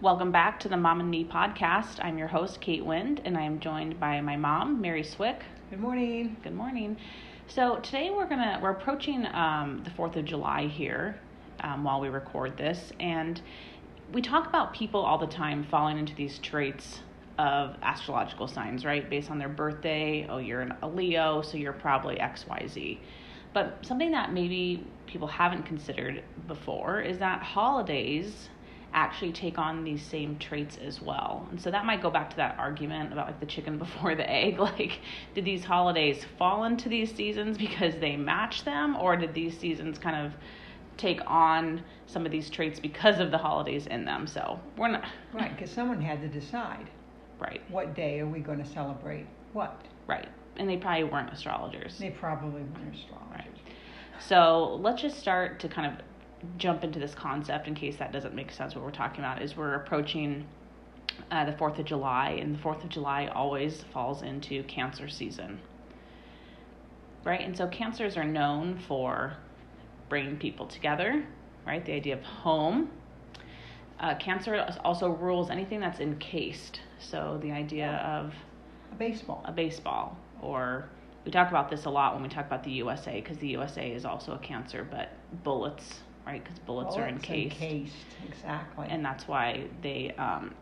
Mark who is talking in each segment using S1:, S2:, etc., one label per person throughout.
S1: Welcome back to the Mom and Me podcast. I'm your host, Kate Wind, and I am joined by my mom, Mary Swick.
S2: Good morning.
S1: Good morning. So today we're gonna we're approaching um, the Fourth of July here um, while we record this, and we talk about people all the time falling into these traits of astrological signs, right? Based on their birthday. Oh, you're an, a Leo, so you're probably X Y Z. But something that maybe people haven't considered before is that holidays actually take on these same traits as well. And so that might go back to that argument about like the chicken before the egg. Like, did these holidays fall into these seasons because they match them, or did these seasons kind of take on some of these traits because of the holidays in them? So we're not
S2: Right, because someone had to decide
S1: right,
S2: what day are we going to celebrate what.
S1: right. And they probably weren't astrologers.
S2: They probably weren't astrologers.
S1: So let's just start to kind of jump into this concept in case that doesn't make sense. What we're talking about is we're approaching uh, the 4th of July, and the 4th of July always falls into Cancer season. Right? And so Cancers are known for bringing people together, right? The idea of home. Uh, cancer is- also rules anything that's encased. So the idea of
S2: A baseball.
S1: a baseball or we talk about this a lot when we talk about the USA because the USA is also a cancer, but bullets, right? Because bullets are
S2: Bullets
S1: encased,
S2: Exactly.
S1: and that's why they um,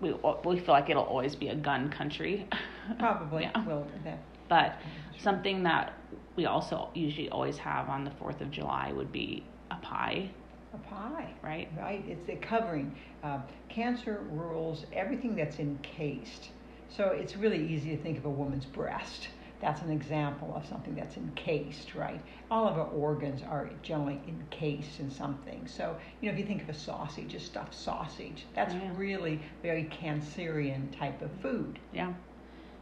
S1: we we feel like it'll always be a gun country,
S2: probably
S1: yeah.
S2: will. That,
S1: but something that we also usually always have on the Fourth of July would be a pie,
S2: a pie.
S1: right?
S2: Right, it's the covering. Uh, cancer rules everything that's encased. So it's really easy to think of a woman's breast. That's an example of something that's encased, right? All of our organs are generally encased in something. So, you know, if you think of a sausage, a stuffed sausage, that's
S1: Yeah.
S2: really very Cancerian type of food.
S1: Yeah,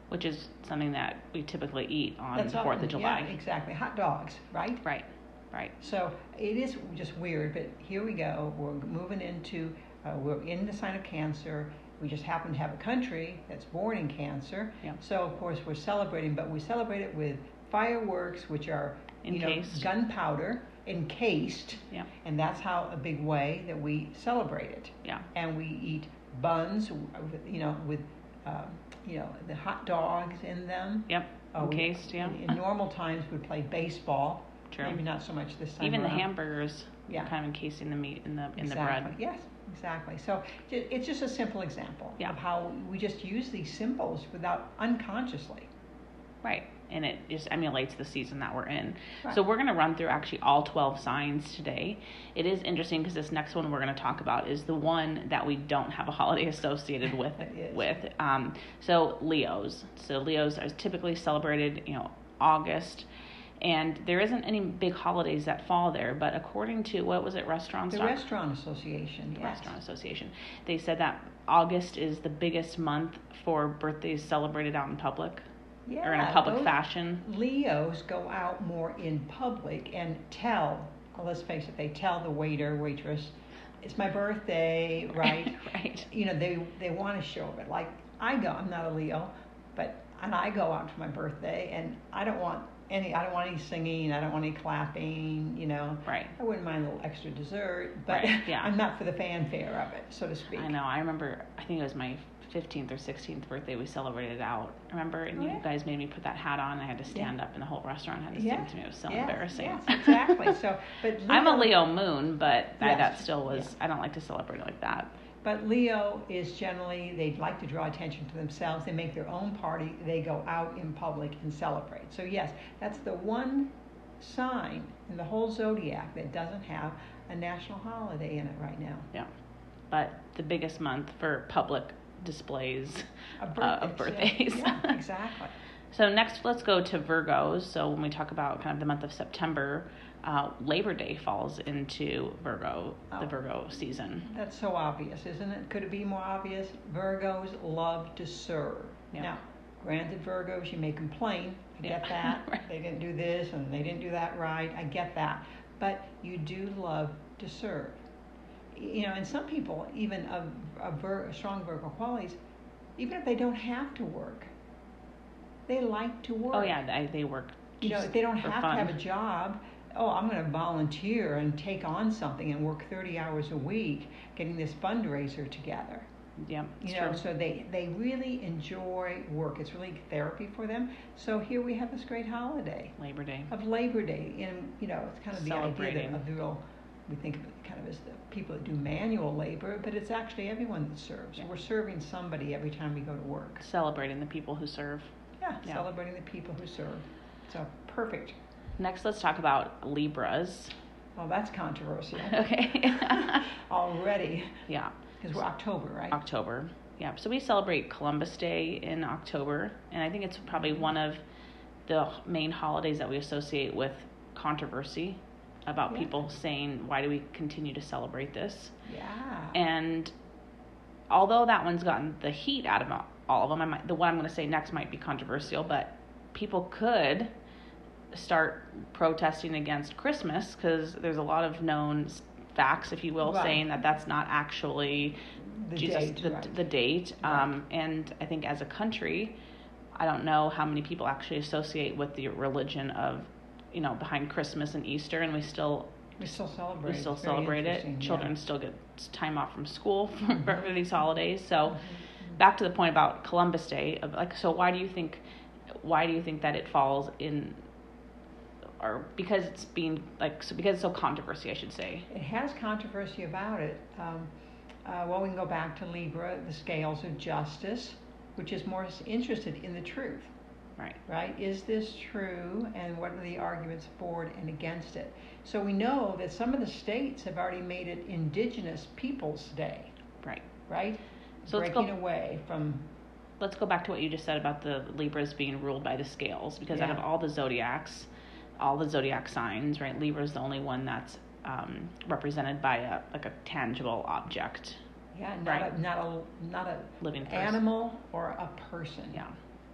S1: which is something that we typically eat on
S2: That's
S1: the Fourth
S2: often-
S1: of July,
S2: Yeah, exactly. Hot dogs, right?
S1: right? Right.
S2: So it is just weird, but here we go. We're moving into, uh, we're in the sign of Cancer. We just happen to have a country that's born in Cancer.
S1: Yeah.
S2: So of course we're celebrating, but we celebrate it with fireworks, which are you know
S1: Encased.
S2: gunpowder encased,
S1: Yeah.
S2: and that's how a big way that we celebrate it.
S1: Yeah.
S2: And we eat buns, with, you know, with um, you know the hot dogs in them.
S1: Yep.
S2: Uh, we-
S1: Encased, yeah.
S2: In, in normal times, we'd play baseball.
S1: True.
S2: Maybe not so much this time.
S1: Even the
S2: around.
S1: hamburgers,
S2: Yeah.
S1: kind of encasing the meat in the in the
S2: exactly.
S1: bread.
S2: Yes, exactly. So ju- it's just a simple example
S1: Yeah.
S2: of how we just use these symbols without unconsciously.
S1: Right. And it just emulates the season that we're in.
S2: Right.
S1: So we're going to run through actually all 12 signs today. It is interesting because this next one we're going to talk about is the one that we don't have a holiday associated with
S2: It is.
S1: with. Um, so Leos. So Leos are typically celebrated, you know, August. And there isn't any big holidays that fall there, but according to what was it, Restaurants.
S2: The
S1: dot-
S2: Restaurant Association.
S1: the
S2: yes.
S1: Restaurant Association. They said that August is the biggest month for birthdays celebrated out in public
S2: Yeah,
S1: or in a public
S2: those
S1: fashion.
S2: Leos go out more in public and tell. Well, let's face it, they tell the waiter waitress, "It's my birthday," right?
S1: right.
S2: you know they they want to show it like i go i'm not a leo but and i go out for my birthday and i don't want any i don't want any singing i don't want any clapping you know
S1: Right.
S2: i wouldn't mind a little extra dessert but
S1: Right, yeah.
S2: i'm not for the fanfare of it so to speak
S1: I know. I remember, I think it was my 15th or 16th birthday we celebrated out. Remember? And
S2: Oh,
S1: you
S2: yeah.
S1: guys made me put that hat on. I had to stand up and the whole restaurant had to
S2: Yeah.
S1: stand to me. It was so
S2: Yes,
S1: embarrassing.
S2: yes, exactly so but
S1: I'm a Leo moon, but I,
S2: Yes.
S1: that still was, I don't like to celebrate it like that.
S2: But Leo is generally, they like to draw attention to themselves. They make their own party. They go out in public and celebrate. So, yes, that's the one sign in the whole zodiac that doesn't have a national holiday in it right now.
S1: Yeah. But the biggest month for public displays
S2: A
S1: uh, of
S2: birthday, yeah.
S1: birthdays.
S2: Yeah, exactly.
S1: So next, let's go to Virgos. So when we talk about kind of the month of September, uh, Labor Day falls into Virgo, the
S2: Oh.
S1: Virgo season.
S2: That's so obvious, isn't it? Could it be more obvious? Virgos love to serve.
S1: Yeah.
S2: Now, granted, Virgos, you may complain. I
S1: Yeah.
S2: get that.
S1: Right.
S2: They didn't do this and they didn't do that right. I get that. But you do love to serve. Y- You know, and some people, even of, of Vir- strong Virgo qualities, even if they don't have to work, they like to work
S1: Oh yeah, I, they work.
S2: you know,
S1: just
S2: if they don't
S1: for
S2: have
S1: fun.
S2: to have a job, oh, I'm going to volunteer and take on something and work 30 hours a week getting this fundraiser together.
S1: Yeah,
S2: You
S1: it's
S2: know,
S1: true.
S2: so they, they really enjoy work. It's really therapy for them. So here we have this great holiday
S1: Labor Day.
S2: of Labor Day. And, you know, it's kind of the idea
S1: Celebrating.
S2: that of the real, we think of it kind of as the people that do manual labor, but it's actually everyone that serves.
S1: Yeah.
S2: We're serving somebody every time we go to work.
S1: Celebrating the people who serve.
S2: Yeah,
S1: Yeah.
S2: celebrating the people who serve. So perfect.
S1: Next, let's talk about Libras.
S2: Well, that's controversial.
S1: Okay.
S2: Already,
S1: yeah,
S2: because we're October, right?
S1: October. Yeah, so we celebrate Columbus Day in October, and I think it's probably one of the h- main holidays that we associate with controversy about
S2: Yeah.
S1: people saying, why do we continue to celebrate this?
S2: Yeah.
S1: And although that one's gotten the heat out of all of them, I might, the one I'm going to say next might be controversial, but people could start protesting against Christmas because there's a lot of known s- facts, if you will,
S2: Right.
S1: saying that that's not actually
S2: the
S1: Jesus
S2: date,
S1: the,
S2: right.
S1: the date. Um, and I think as a country, I don't know how many people actually associate with the religion of, you know, behind Christmas and Easter, and we still
S2: we still celebrate.
S1: we still
S2: It's very
S1: celebrate
S2: interesting,
S1: it.
S2: yeah.
S1: Children still get time off from school for,
S2: Mhm.
S1: for these holidays. So
S2: Mhm.
S1: back to the point about Columbus Day of like so why do you think why do you think that it falls in or because it's being like so because it's so controversy I should say.
S2: It has controversy about it. Um, uh, well, we can go back to Libra, the scales of justice, which is more s- interested in the truth.
S1: Right.
S2: right? Is this true? And what are the arguments for it and against it? So we know that some of the states have already made it Indigenous Peoples Day.
S1: Right.
S2: Right?
S1: So let's go-
S2: Breaking away from,
S1: Let's go back to what you just said about the Libras being ruled by the scales because out of
S2: Yeah.
S1: all the zodiacs, all the zodiac signs, right? Libra's the only one that's um, represented by a like a tangible object,
S2: yeah, not
S1: Right.
S2: a, not a, not a
S1: living person.
S2: animal or a person.
S1: Yeah,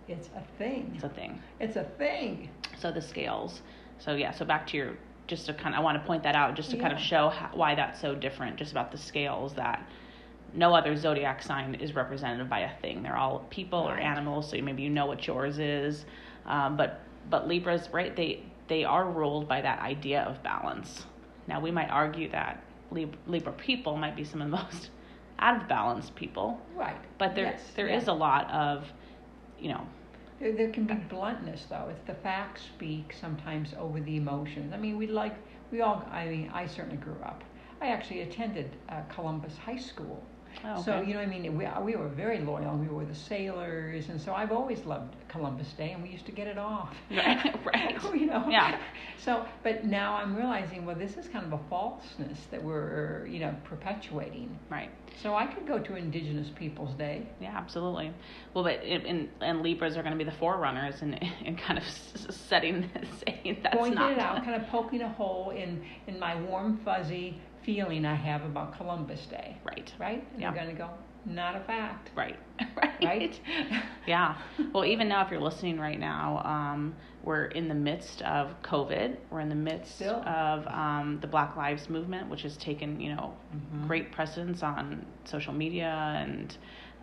S2: It's a thing.
S1: it's a thing.
S2: It's a thing.
S1: so the scales so yeah so back to your just to kind of i want to point that out just to kind of
S2: Yeah.
S1: show how, why that's so different just about the scales that no other zodiac sign is represented by a thing they're all people or
S2: Right.
S1: animals so maybe you know what yours is um, but but libras right they they are ruled by that idea of balance now we might argue that Lib- libra people might be some of the most out of balance people
S2: Right.
S1: but there there is
S2: Yes, yes.
S1: a lot of you know
S2: There, there can be bluntness, though. It's the facts speak sometimes over the emotions. I mean, we like, we all, I mean, I certainly grew up. I actually attended uh, Columbus High School.
S1: oh,
S2: So,
S1: okay.
S2: you know, what I mean, we, we were very loyal. We were the sailors. And so I've always loved Columbus Day, and we used to get it off.
S1: Right, right.
S2: you know?
S1: Yeah.
S2: So, but now I'm realizing, well, this is kind of a falseness that we're, you know, perpetuating.
S1: right
S2: So I could go to Indigenous Peoples Day.
S1: Yeah, absolutely. Well, but it, and and Libras are going to be the forerunners and and kind of s- s- setting saying that's
S2: pointing
S1: not
S2: it out, kind of poking a hole in in my warm fuzzy feeling I have about Columbus Day,
S1: right,
S2: right? And
S1: Yeah.
S2: you're going to go, not a fact,
S1: right, right,
S2: right?
S1: Yeah. Well, even now, if you're listening right now, um, we're in the midst of COVID. We're in the midst
S2: Still.
S1: of um, the Black Lives Movement, which has taken you know
S2: Mhm.
S1: great precedence on social media and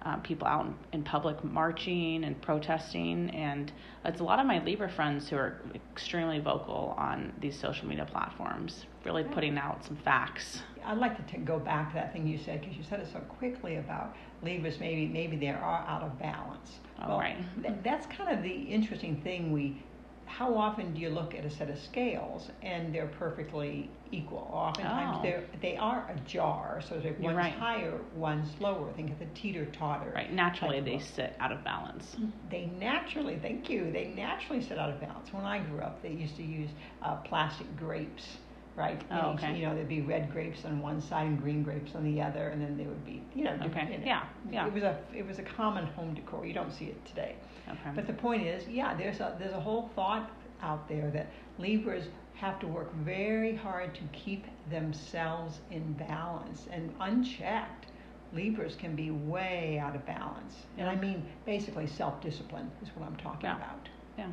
S1: uh, people out in- in public marching and protesting. And it's a lot of my Libra friends who are extremely vocal on these social media platforms, really
S2: Right.
S1: putting out some facts.
S2: I'd like to t- go back to that thing you said because you said it so quickly about Libras. Maybe maybe they are out of balance.
S1: Oh, right.
S2: th- that's kind of the interesting thing. We, how often do you look at a set of scales and they're perfectly equal? Oftentimes
S1: Oh.
S2: they're they are ajar, so there's
S1: You're
S2: one's
S1: right.
S2: higher, one's lower. Think of the teeter totter.
S1: Right. Naturally,
S2: Like,
S1: they
S2: well-
S1: sit out of balance.
S2: They naturally, thank you, they naturally sit out of balance. When I grew up, they used to use uh, plastic grapes right?
S1: Oh,
S2: And each-
S1: okay.
S2: You know, there'd be red grapes on one side and green grapes on the other, and then they would be, you know.
S1: Okay.
S2: you know.
S1: Yeah, yeah.
S2: It was a it was a common home decor. You don't see it today.
S1: Okay.
S2: But the point is, yeah, there's a there's a whole thought out there that Libras have to work very hard to keep themselves in balance and unchecked. Libras can be way out of balance. And I
S1: Yeah.
S2: mean basically self discipline is what I'm talking
S1: Yeah.
S2: about.
S1: yeah.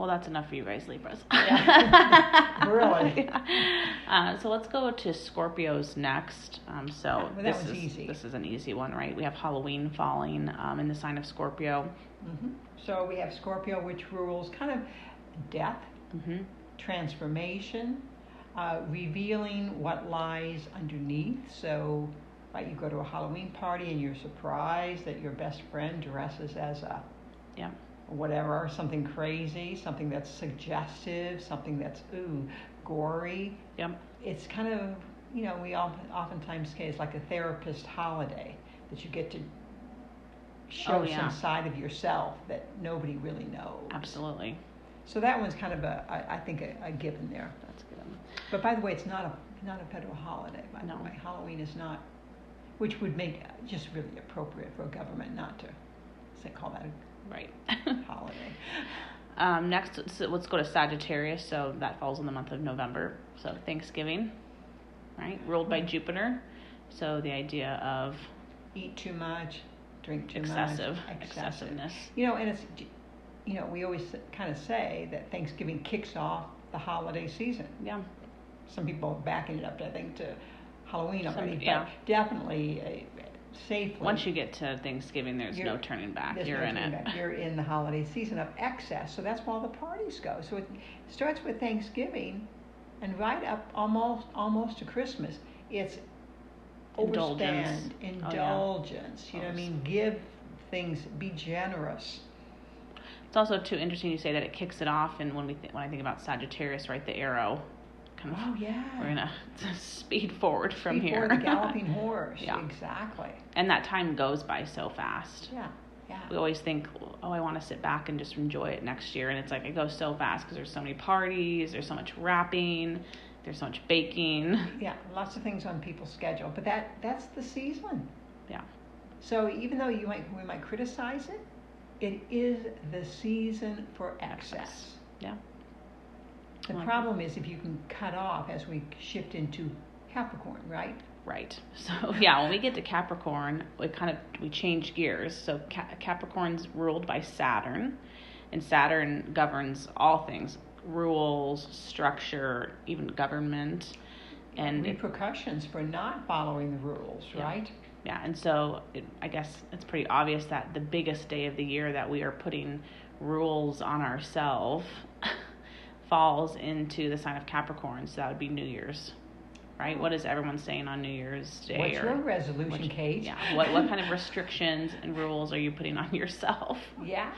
S1: Well, that's enough for you guys, Libras.
S2: Yeah. Really.
S1: Yeah. Uh, so let's go to Scorpios next. Um, so
S2: Yeah, well, that
S1: this
S2: one's
S1: is
S2: easy.
S1: this is an easy one, right? We have Halloween falling um, in the sign of Scorpio.
S2: hmm So we have Scorpio, which rules kind of death,
S1: hmm
S2: transformation, uh, revealing what lies underneath. So, right, you go to a Halloween party and you're surprised that your best friend dresses as a
S1: Yeah.
S2: whatever, something crazy, something that's suggestive, something that's ooh, gory.
S1: Yep.
S2: It's kind of you know we all oftentimes say it's like a therapist holiday that you get to show
S1: Oh, yeah.
S2: some side of yourself that nobody really knows.
S1: Absolutely.
S2: So that one's kind of a I, I think a, a given there.
S1: That's good.
S2: But by the way, it's not a not a federal holiday. By
S1: No.
S2: the way, Halloween is not, which would make it just really appropriate for a government not to say call that
S1: Right.
S2: a holiday.
S1: um, next, so let's go to Sagittarius. So that falls in the month of November. So Thanksgiving, right? Ruled
S2: Hmm.
S1: by Jupiter. So the idea of
S2: Eat too much, drink too
S1: excessive,
S2: much,
S1: excessiveness.
S2: You know, and it's you know we always kind of say that Thanksgiving kicks off the holiday season.
S1: Yeah.
S2: Some people are backing it up, I think, to Halloween
S1: Some-
S2: already. but
S1: yeah.
S2: definitely uh, safely.
S1: Once you get to Thanksgiving, there's
S2: You're-
S1: no turning back.
S2: There's
S1: You're
S2: no
S1: in
S2: turning
S1: it.
S2: back. You're in the holiday season of excess, so that's where all the parties go. So it starts with Thanksgiving, and right up almost almost to Christmas, it's
S1: Indulgence.
S2: overspend,
S1: Oh, yeah.
S2: indulgence. You know what I mean? Give things, be generous.
S1: It's also too interesting you say that it kicks it off, and when we th- when I think about Sagittarius, right, the arrow, kind of,
S2: Oh yeah.
S1: we're gonna speed forward from
S2: Before
S1: here.
S2: the galloping horse.
S1: Yeah.
S2: Exactly.
S1: and that time goes by so fast.
S2: Yeah. Yeah.
S1: we always think, oh, I want to sit back and just enjoy it next year. And it's like, it goes so fast because there's so many parties, there's so much wrapping, there's so much baking.
S2: Yeah, lots of things on people's schedule, but that that's the season.
S1: Yeah.
S2: So even though you might we might criticize it, it is the season for excess.
S1: Yeah.
S2: The
S1: Like-
S2: problem is if you can cut off as we shift into Capricorn, right?
S1: Right. So, yeah, when we get to Capricorn, we kind of we change gears. So, Ca- Capricorn's ruled by Saturn, and Saturn governs all things rules, structure, even government. And it-
S2: repercussions for not following the rules,
S1: Yeah.
S2: right?
S1: Yeah, and so it, I guess it's pretty obvious that the biggest day of the year that we are putting rules on ourselves falls into the sign of Capricorn. So that would be New Year's, right? What is everyone saying on New Year's Day?
S2: What's
S1: or,
S2: your resolution,
S1: what-
S2: Kate?
S1: Yeah. What what kind of restrictions and rules are you putting on yourself?
S2: Yeah.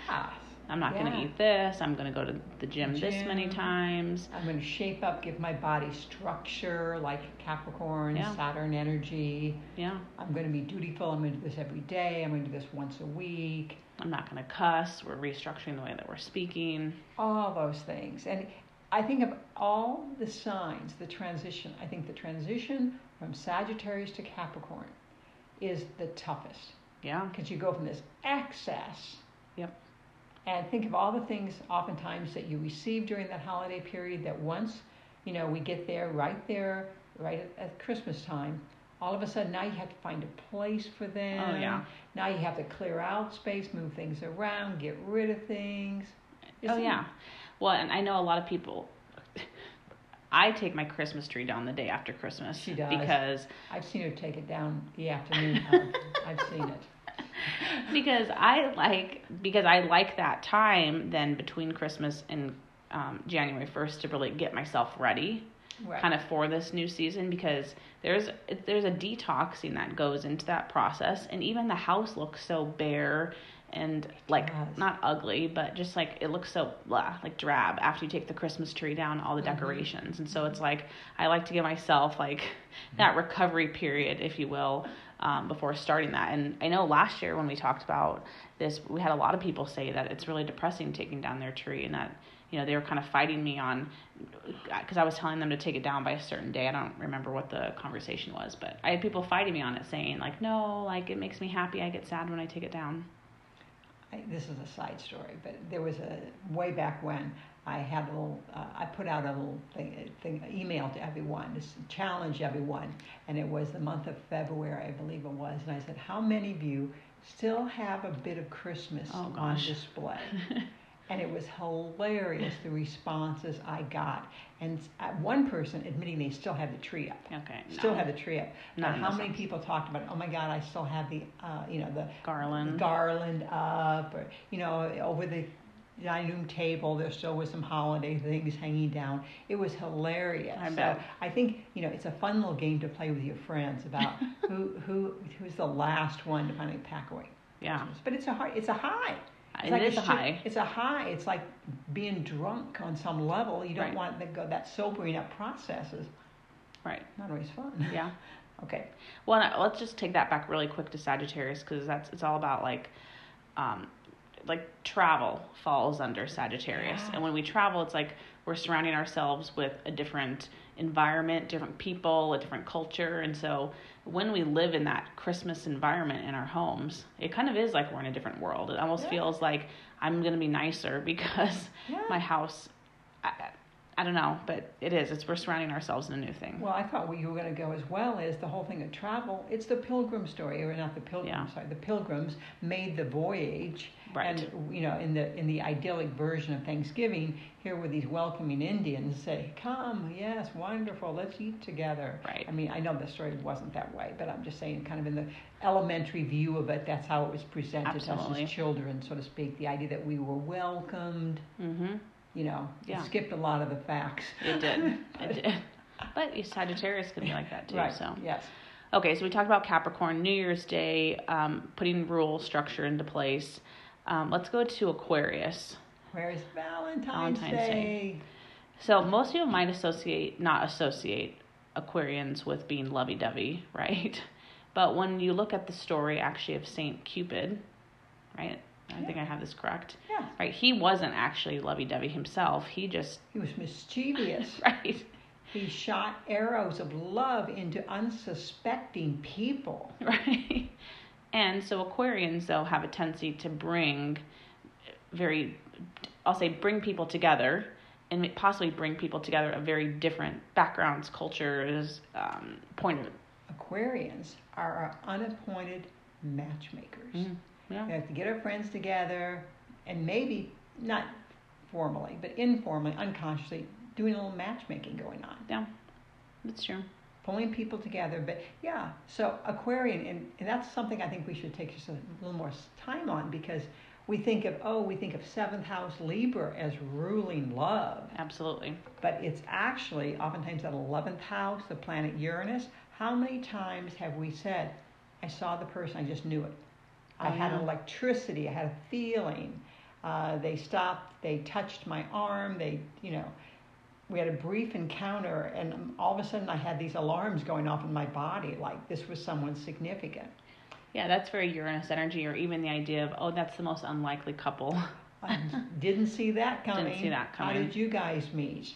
S1: I'm not going
S2: Yeah.
S1: to eat this. I'm going to go to the gym, this many
S2: Gym.
S1: times.
S2: I'm going to shape up, give my body structure like Capricorn,
S1: Yeah.
S2: Saturn energy.
S1: Yeah.
S2: I'm going to be dutiful. I'm going to do this every day. I'm going to do this once a week.
S1: I'm not going to cuss. We're restructuring the way that we're speaking.
S2: All those things. And I think of all the signs, the transition, I think the transition from Sagittarius to Capricorn is the toughest
S1: Yeah.
S2: because you go from this excess.
S1: Yep.
S2: And think of all the things oftentimes that you receive during that holiday period that once, you know, we get there, right there, right at, at Christmas time, all of a sudden now you have to find a place for them.
S1: Oh yeah.
S2: Now you have to clear out space, move things around, get rid of things.
S1: Oh
S2: Isn't-
S1: yeah. Well, and I know a lot of people. I take my Christmas tree down the day after Christmas
S2: She does.
S1: because
S2: I've seen her take it down the afternoon. of. I've seen it.
S1: because I like because I like that time then between Christmas and um, January first to really get myself ready
S2: Right.
S1: kind of for this new season because there's there's a detoxing that goes into that process and even the house looks so bare and like
S2: does.
S1: not ugly but just like it looks so blah like drab after you take the christmas tree down all the
S2: Mhm.
S1: decorations and so it's like i like to give myself like
S2: Mm-hmm.
S1: that recovery period if you will um, before starting that and i know last year when we talked about this we had a lot of people say that it's really depressing taking down their tree and that you know, they were kind of fighting me on because I was telling them to take it down by a certain day. I don't remember what the conversation was, but I had people fighting me on it saying, like, no, like, it makes me happy. I get sad when I take it down.
S2: I, this is a side story, but there was a way back when I had a little, uh, I put out a little thing, thing email to everyone, this challenge everyone, and it was the month of February, I believe it was, and I said, how many of you still have a bit of Christmas
S1: Oh,
S2: on
S1: gosh.
S2: display? and it was hilarious the responses I got, and s- uh, one person admitting they still had the tree up.
S1: okay. no.
S2: Still had the tree up. But
S1: Not in
S2: how
S1: this
S2: many
S1: one.
S2: people talked about? Oh my God, I still have the, uh, you know, the
S1: Garland.
S2: garland up or you know over the dining room table there still was some holiday things hanging down it was hilarious
S1: I
S2: so
S1: bet.
S2: i think you know it's a fun little game to play with your friends about who who who's the last one to finally pack away
S1: yeah.
S2: but it's a hard it's a high it's
S1: It
S2: like
S1: is
S2: a
S1: a
S2: sh-
S1: high.
S2: It's a high. It's like being drunk on some level. You don't
S1: Right.
S2: want to go that sobering up process is
S1: Right.
S2: not always fun.
S1: Yeah.
S2: Okay.
S1: Well, and I- let's just take that back really quick to Sagittarius because that's it's all about like, um, like travel falls under Sagittarius,
S2: Yeah.
S1: and when we travel, it's like we're surrounding ourselves with a different environment, different people, a different culture, and so when we live in that Christmas environment in our homes, it kind of is like we're in a different world. It almost
S2: Yeah.
S1: feels like I'm gonna be nicer because
S2: Yeah.
S1: my house. I, I don't know, but it is. It's we're surrounding ourselves in a new thing.
S2: Well, I thought where you were going to go as well is the whole thing of travel. It's the pilgrim story, or not the pilgrim.
S1: Yeah.
S2: Sorry, the pilgrims made the voyage,
S1: Right.
S2: and you know, in the in the idyllic version of Thanksgiving, here were these welcoming Indians say, "Come, yes, wonderful, let's eat together."
S1: Right.
S2: I mean, I know the story wasn't that way, but I'm just saying, kind of in the elementary view of it, that's how it was presented to us
S1: Absolutely.
S2: as children, so to speak. The idea that we were welcomed.
S1: mm-hmm.
S2: You know, it
S1: Yeah.
S2: skipped a lot of the facts.
S1: It did. It did. But Sagittarius can be like that too.
S2: right.
S1: So
S2: Yes.
S1: okay, so we talked about Capricorn, New Year's Day, um, putting rule structure into place. Um, let's go to Aquarius.
S2: Where is Valentine's,
S1: Valentine's
S2: Day?
S1: Day. So most people might associate, not associate, Aquarians with being lovey-dovey, right? But when you look at the story actually of Saint Cupid, right? I think I have this correct.
S2: Yeah,
S1: Right, he wasn't actually lovey-dovey himself. He just
S2: he was mischievous.
S1: right,
S2: he shot arrows of love into unsuspecting people.
S1: right? And so Aquarians though have a tendency to bring very, I'll say, bring people together, and possibly bring people together of very different backgrounds, cultures, um, point of
S2: Aquarians are our unappointed matchmakers.
S1: Mm, yeah.
S2: We have to get our friends together and maybe not formally, but informally, unconsciously, doing a little matchmaking going on.
S1: That's true.
S2: Pulling people together, but yeah, so Aquarian, and, and that's something I think we should take just a little more s- time on because we think of, oh, we think of seventh house Libra as ruling love.
S1: Absolutely.
S2: but it's actually oftentimes that 11th house, the planet Uranus. How many times have we said, I saw the person, I just knew it? I
S1: Oh,
S2: had
S1: yeah.
S2: electricity, I had a feeling. Uh, they stopped, they touched my arm, they, you know, we had a brief encounter, and um, all of a sudden I had these alarms going off in my body like this was someone significant.
S1: Yeah, that's very Uranus energy, or even the idea of oh, that's the most unlikely couple.
S2: I didn't see that coming.
S1: Uh-huh. Didn't see that
S2: How
S1: coming.
S2: did you guys meet?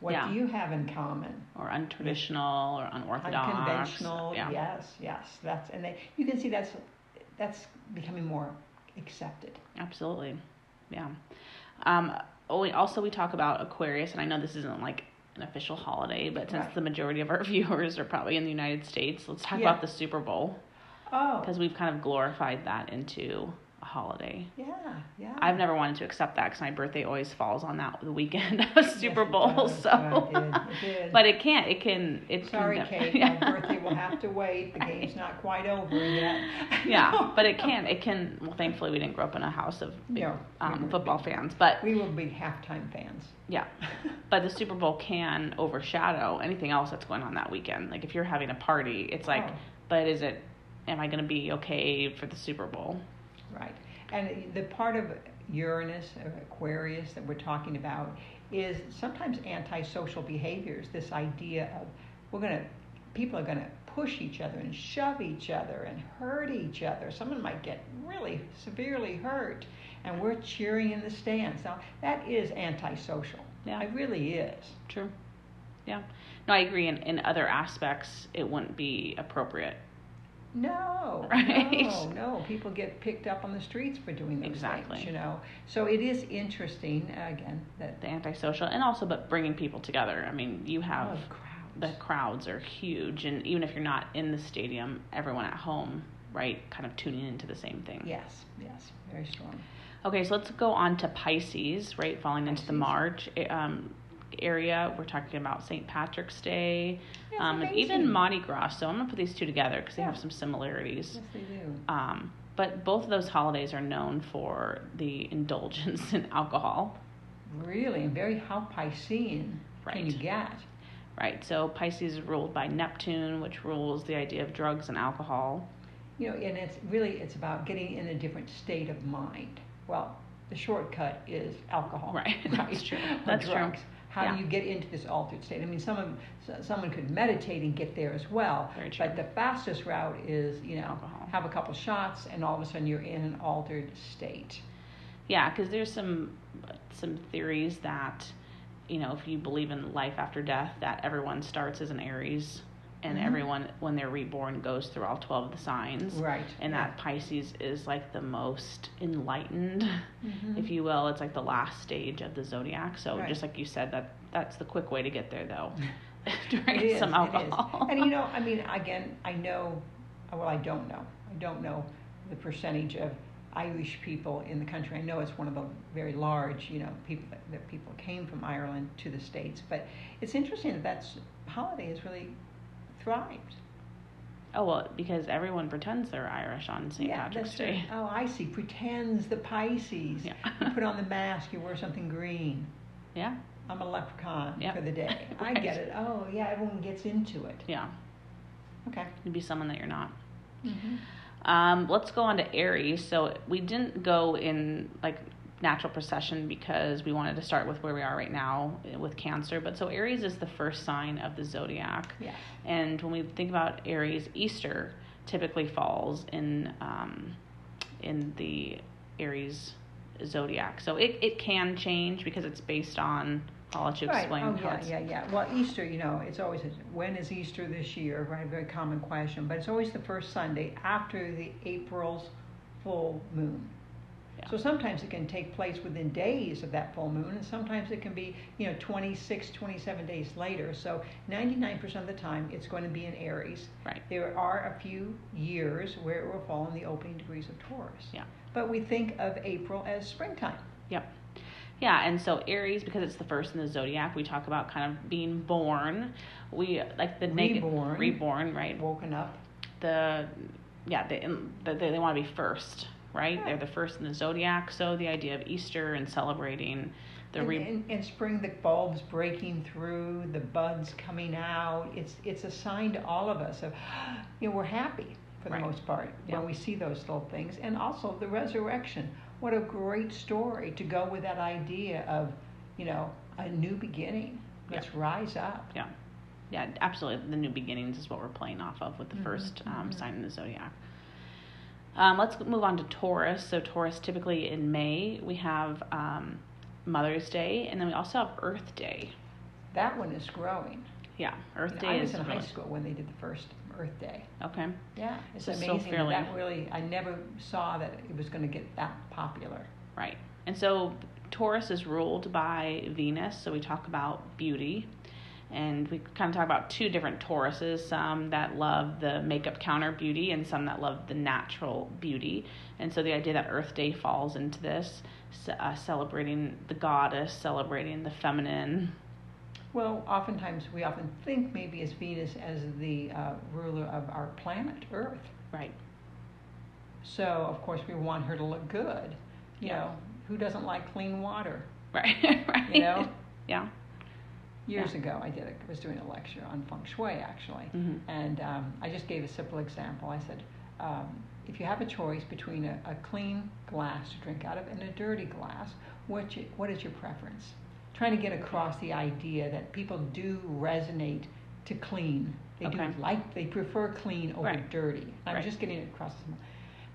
S2: What
S1: Yeah.
S2: do you have in common?
S1: or untraditional or unorthodox.
S2: unconventional.
S1: Yeah.
S2: Yes, yes. That's and they, you can see that's that's becoming more accepted.
S1: Absolutely. Yeah. Um, oh, we also, we talk about Aquarius, and I know this isn't like an official holiday, but since
S2: Right.
S1: the majority of our viewers are probably in the United States, let's talk
S2: Yeah.
S1: about the Super Bowl
S2: Oh,
S1: because we've kind of glorified that into a holiday.
S2: yeah, yeah.
S1: I've never wanted to accept that because my birthday always falls on that the weekend of
S2: Yes,
S1: Super
S2: it
S1: Bowl.
S2: does.
S1: So,
S2: Yeah, it did. It did.
S1: but it can't. It can. It
S2: sorry,
S1: can,
S2: Kate,
S1: Yeah.
S2: my birthday will have to wait. The game's not quite over yet.
S1: yeah, but it can. It can. Well, thankfully, we didn't grow up in a house of big,
S2: No, Mm-hmm. we
S1: um,
S2: didn't.
S1: football fans, but
S2: We will be halftime fans.
S1: Yeah. But the Super Bowl can overshadow anything else that's going on that weekend. Like if you're having a party, it's like,
S2: Oh.
S1: but is it am I going to be okay for the Super Bowl?
S2: Right. And the part of Uranus or Aquarius that we're talking about is sometimes antisocial behaviors. This idea of we're going to, people are going to push each other and shove each other and hurt each other. Someone might get really severely hurt. and we're cheering in the stands. Now, that is antisocial.
S1: Yeah.
S2: It really is.
S1: True. Yeah. No, I agree. In, in other aspects, it wouldn't be appropriate.
S2: No,
S1: Right.
S2: no, no. People get picked up on the streets for doing those
S1: Exactly.
S2: things, you know. So it is interesting uh, again that
S1: The antisocial, and also, but bringing people together. I mean, you have
S2: oh, the crowds.
S1: the crowds are huge, and even if you're not in the stadium, everyone at home, right, kind of tuning into the same thing.
S2: yes, yes, very strong.
S1: Okay, so let's go on to Pisces, right? Falling into the
S2: Pisces.
S1: March eh, um, area. We're talking about St. Patrick's Day,
S2: Yes,
S1: um, and even
S2: amazing.
S1: Mardi Gras. So I'm gonna put these two together because they have
S2: Yeah.
S1: some similarities.
S2: Yes, they do.
S1: Um, but both of those holidays are known for the indulgence in alcohol,
S2: Really, and very how Piscean can you
S1: Right.
S2: get?
S1: right? So Pisces is ruled by Neptune, which rules the idea of drugs and alcohol.
S2: You know, and it's really it's about getting in a different state of mind. Well, the shortcut is alcohol.
S1: Right, that's true.
S2: Or
S1: That's true.
S2: drugs. How
S1: Yeah.
S2: do you get into this altered state? I mean, someone so- someone could meditate and get there as well.
S1: Very true.
S2: But the fastest route is, you know,
S1: Alcohol.
S2: have a couple shots and all of a sudden you're in an altered state.
S1: Yeah, because there's some some theories that you know if you believe in life after death, that everyone starts as an Aries, and
S2: Mhm.
S1: everyone when they're reborn goes through all twelve of the signs,
S2: Right.
S1: and that Pisces is like the most enlightened,
S2: Mhm.
S1: if you will. It's like the last stage of the zodiac. So
S2: Right.
S1: just like you said, that that's the quick way to get there, though. Drink
S2: It is,
S1: some
S2: it is.
S1: alcohol.
S2: And you know, I mean, again, I know, well, I don't know. I don't know the percentage of Irish people in the country. I know it's one of the very large, you know, people that, that people came from Ireland to the States. But it's interesting that that's holiday has really thrived.
S1: oh well, because everyone pretends they're Irish on St.
S2: yeah,
S1: Patrick's
S2: that's right.
S1: Day.
S2: Oh, I see. Pretends the Pisces.
S1: Yeah.
S2: You put on the mask, you wear something green.
S1: Yeah,
S2: I'm a leprechaun
S1: Yep.
S2: for the day. I
S1: Right.
S2: get it. Oh, yeah, everyone gets into it.
S1: yeah.
S2: Okay.
S1: You'd be someone that you're not. Um, let's go on to Aries. So we didn't go in like natural procession because we wanted to start with where we are right now with Cancer. But so Aries is the first sign of the zodiac,
S2: Yes.
S1: and when we think about Aries, Easter typically falls in um, in the Aries zodiac. So it, it can change because it's based on. I'll let you explain.
S2: Oh,
S1: how
S2: yeah,
S1: it's-
S2: yeah, yeah. Well, Easter, you know, it's always a, when is Easter this year? Right, very common question, but it's always the first Sunday after the April's full moon.
S1: Yeah.
S2: So sometimes it can take place within days of that full moon, and sometimes it can be, you know, 26, 27 days later. So 99% of the time, it's going to be in Aries.
S1: Right.
S2: There are a few years where it will fall in the opening degrees of Taurus.
S1: Yeah.
S2: But we think of April as springtime.
S1: Yep. Yeah, and so Aries, because it's the first in the zodiac, we talk about kind of being born. We like the naked
S2: Reborn.
S1: reborn, right?
S2: Woken up.
S1: The yeah, they the, they want to be first, right?
S2: Yeah.
S1: They're the first in the zodiac, so the idea of Easter and celebrating the
S2: and,
S1: re-
S2: and, and spring the bulbs breaking through the buds coming out it's it's a sign to all of us of you know we're happy for the
S1: Right.
S2: most part
S1: Yeah.
S2: when we see those little things and also the resurrection what a great story to go with that idea of you know a new beginning
S1: Yeah.
S2: let's rise up
S1: yeah, yeah, absolutely. The new beginnings is what we're playing off of with the
S2: Mhm,
S1: first um,
S2: mhm.
S1: sign in the zodiac. Um, let's move on to Taurus. So Taurus, typically in May, we have um, Mother's Day, and then we also have Earth Day.
S2: that one is growing
S1: Yeah, Earth
S2: i
S1: Day
S2: was
S1: is
S2: in high
S1: really-
S2: school when they did the first earth day
S1: okay.
S2: yeah it's
S1: So still
S2: amazing that
S1: fairly-
S2: that really i never saw that it was going to get that popular
S1: Right. And so Taurus is ruled by Venus, so we talk about beauty. And we kind of talk about two different Tauruses some that love the makeup counter beauty, and some that love the natural beauty. And so the idea that Earth Day falls into this, ce- uh, celebrating the goddess, celebrating the feminine.
S2: Well, oftentimes we often think maybe as Venus as the uh, ruler of our planet Earth.
S1: Right.
S2: So of course we want her to look good. You
S1: Yeah.
S2: know, who doesn't like clean water?
S1: Right. right.
S2: You know.
S1: Yeah.
S2: Years ago, I did a, was doing a lecture on feng shui actually,
S1: Mhm.
S2: and um, I just gave a simple example. I said, um, if you have a choice between a, a clean glass to drink out of and a dirty glass, what you, what is your preference? Trying to get across the idea that people do resonate to clean. They
S1: Okay.
S2: do like they prefer clean over
S1: Right.
S2: dirty. I'm
S1: Right.
S2: just getting across.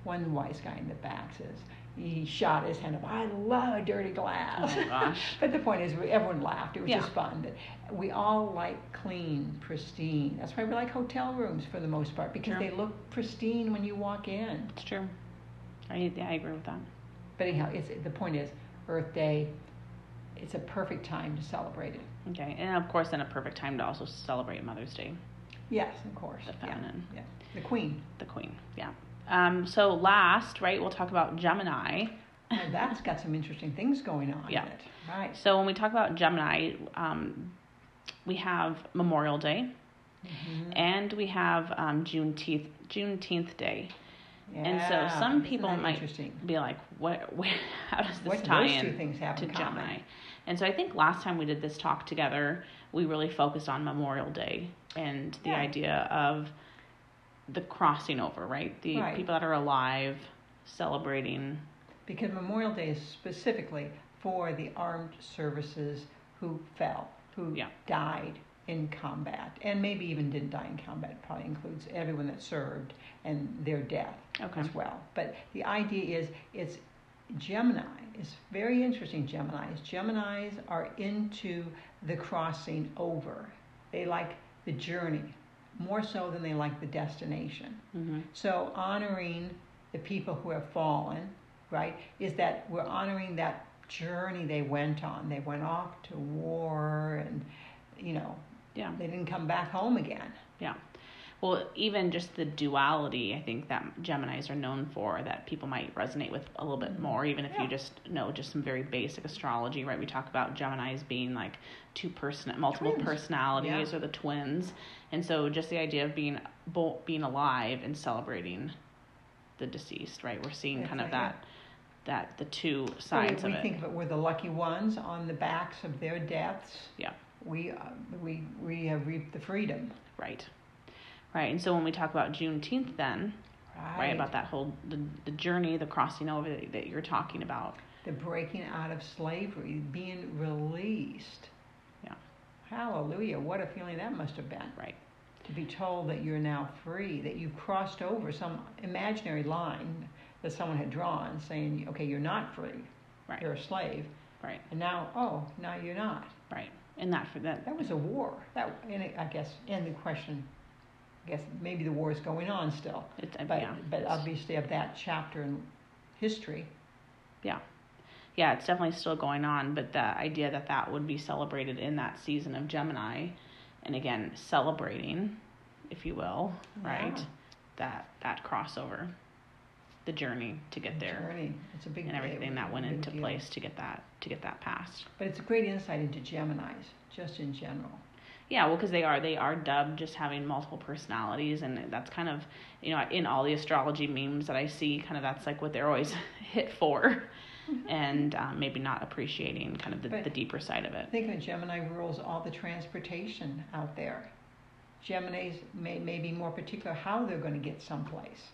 S2: One wise guy in the back says, he shot his hand up. I love dirty glass.
S1: Oh, gosh.
S2: but the point is, we, everyone laughed. It was
S1: Yeah.
S2: just fun. But we all like clean, pristine. That's why we like hotel rooms for the most part because
S1: Sure.
S2: they look pristine when you walk in.
S1: It's true. I, yeah, I agree with that.
S2: But anyhow, it's the point is Earth Day. It's a perfect time to celebrate it.
S1: Okay, and of course, then a perfect time to also celebrate Mother's Day,
S2: Yes, of course.
S1: the
S2: Yeah.
S1: feminine,
S2: The Queen.
S1: the queen. Yeah. Um, so last, right, we'll talk about Gemini.
S2: Well, that's got some interesting things going on. in
S1: Yeah.
S2: it. Right.
S1: So when we talk about Gemini, um, we have Memorial Day
S2: Mhm.
S1: and we have um, Juneteenth Juneteenth Day. And so
S2: Yeah.
S1: some
S2: Isn't
S1: people
S2: that
S1: might
S2: Interesting.
S1: Be like, what? Where, how does this
S2: What
S1: tie
S2: those two
S1: in
S2: things have
S1: to
S2: in common?
S1: Gemini? And so I think last time we did this talk together, we really focused on Memorial Day and the
S2: Yeah.
S1: idea of the crossing over, right? The
S2: Right.
S1: people that are alive celebrating.
S2: Because Memorial Day is specifically for the armed services who fell, who
S1: Yeah.
S2: died in combat, and maybe even didn't die in combat. Probably includes everyone that served and their death
S1: Okay.
S2: as well. But the idea is it's Gemini. It's very interesting, Geminis. Geminis are into the crossing over. They like the journey more so than they like the destination.
S1: hmm
S2: So honoring the people who have fallen, right, is that we're honoring that journey they went on. They went off to war and, you know,
S1: Yeah.
S2: they didn't come back home again.
S1: Well, even just the duality, I think that Geminis are known for that people might resonate with a little bit more, even if
S2: Mm-hmm. Yeah.
S1: you just know just some very basic astrology, right? We talk about Geminis being like two person, multiple
S2: Twins.
S1: personalities, or the twins, and so just the idea of being both being alive and celebrating the deceased, right? We're seeing kind of that
S2: Exactly.
S1: that the two
S2: So we-
S1: sides
S2: we
S1: of it.
S2: think of it, we're the lucky ones on the backs of their deaths.
S1: Yeah.
S2: We, uh, we, we have reaped the freedom.
S1: Right. Right. And so when we talk about Juneteenth, then,
S2: Right.
S1: right, about that whole the, the journey, the crossing over that, that you're talking about.
S2: the breaking out of slavery, being released.
S1: Yeah.
S2: Hallelujah. What a feeling that must have been.
S1: Right.
S2: To be told that you're now free, that you've crossed over some imaginary line that someone had drawn saying, okay, you're not free.
S1: Right.
S2: You're a slave.
S1: Right.
S2: And now, oh, now you're not.
S1: Right. And that for that.
S2: That was a war. That, and it, I guess, and the question, I guess maybe the war is going on still.
S1: It's,
S2: But,
S1: yeah.
S2: but obviously, of that chapter in history,
S1: yeah, it's definitely still going on, but the idea that that would be celebrated in that season of Gemini, and again, celebrating, if you will, right,
S2: Yeah.
S1: that that crossover, the journey to get there,
S2: Journey. It's a big
S1: and everything that went
S2: big
S1: into
S2: deal.
S1: place to get that to get that passed.
S2: But it's a great insight into Geminis, just in general.
S1: Yeah, well, because they are they are dubbed just having multiple personalities, and that's kind of you know in all the astrology memes that I see, kind of that's like what they're always hit for, and um, maybe not appreciating kind of the,
S2: But-
S1: the deeper side of it.
S2: Think of Gemini rules all the transportation out there. Geminis may, may be more particular how they're going to get someplace.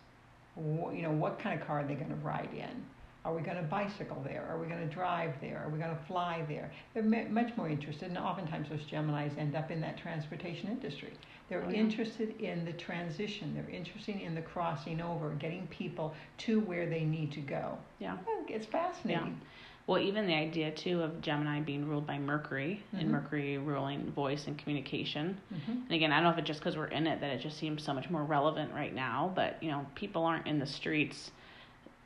S2: Wh- you know, what kind of car are they going to ride in? Are we going to bicycle there? Are we going to drive there? Are we going to fly there? They're mu- much more interested, and oftentimes those Geminis end up in that transportation industry. They're
S1: Oh, yeah.
S2: interested in the transition. They're interested in the crossing over, getting people to where they need to go.
S1: Yeah.
S2: Oh, It's fascinating.
S1: Well, even the idea too of Gemini being ruled by Mercury
S2: Mhm.
S1: and Mercury ruling voice and communication.
S2: hmm
S1: And again, I don't know if it's just because we're in it that it just seems so much more relevant right now. But you know, people aren't in the streets,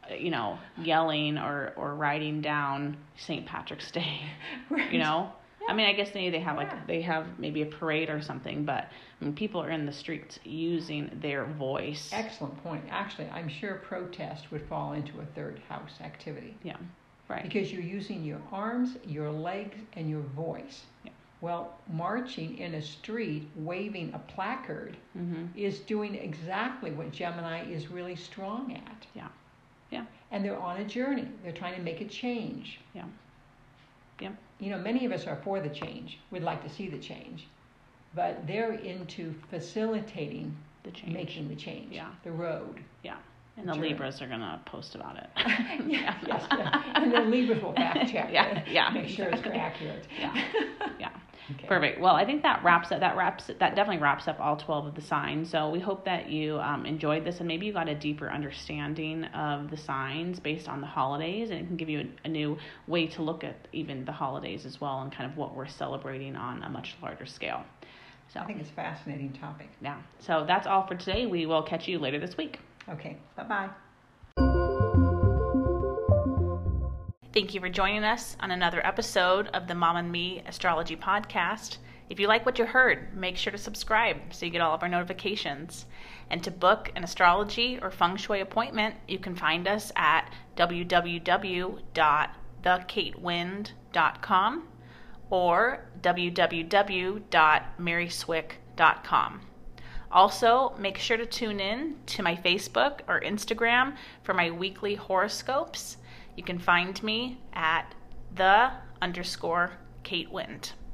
S1: uh, you know, yelling or or writing down St. Patrick's Day.
S2: Right.
S1: You know,
S2: Yeah.
S1: I mean, I guess maybe they have
S2: Yeah.
S1: like they have maybe a parade or something. But I mean, people are in the streets using their voice.
S2: Excellent point. Actually, I'm sure protest would fall into a third house activity
S1: right.
S2: because you're using your arms, your legs, and your voice.
S1: Yeah.
S2: Well, marching in a street waving a placard
S1: hmm
S2: is doing exactly what Gemini is really strong at.
S1: Yeah. Yeah.
S2: And they're on a journey. They're trying to make a change.
S1: Yeah. Yeah.
S2: You know, many of us are for the change. We'd like to see the change. But they're into facilitating
S1: The change.
S2: making the change.
S1: Yeah.
S2: The road.
S1: and the
S2: Sure.
S1: Libras are gonna post about it.
S2: yes, yes, yeah. and then Libras will fact check
S1: Yeah,
S2: it,
S1: yeah,
S2: make sure it's
S1: exactly.
S2: accurate.
S1: Yeah. Yeah.
S2: Okay.
S1: Perfect. Well, I think that wraps up. That wraps. That definitely wraps up all twelve of the signs. So we hope that you um, enjoyed this, and maybe you got a deeper understanding of the signs based on the holidays, and it can give you a, a new way to look at even the holidays as well, and kind of what we're celebrating on a much larger scale. So
S2: I think it's a fascinating topic.
S1: yeah. So that's all for today. We will catch you later this week.
S2: Okay, bye bye.
S1: Thank you for joining us on another episode of the Mom and Me Astrology Podcast. If you like what you heard, make sure to subscribe so you get all of our notifications. And to book an astrology or feng shui appointment, you can find us at www.thekatewind.com or www.maryswick.com. Also, make sure to tune in to my Facebook or Instagram for my weekly horoscopes. You can find me at the underscore Kate Wind.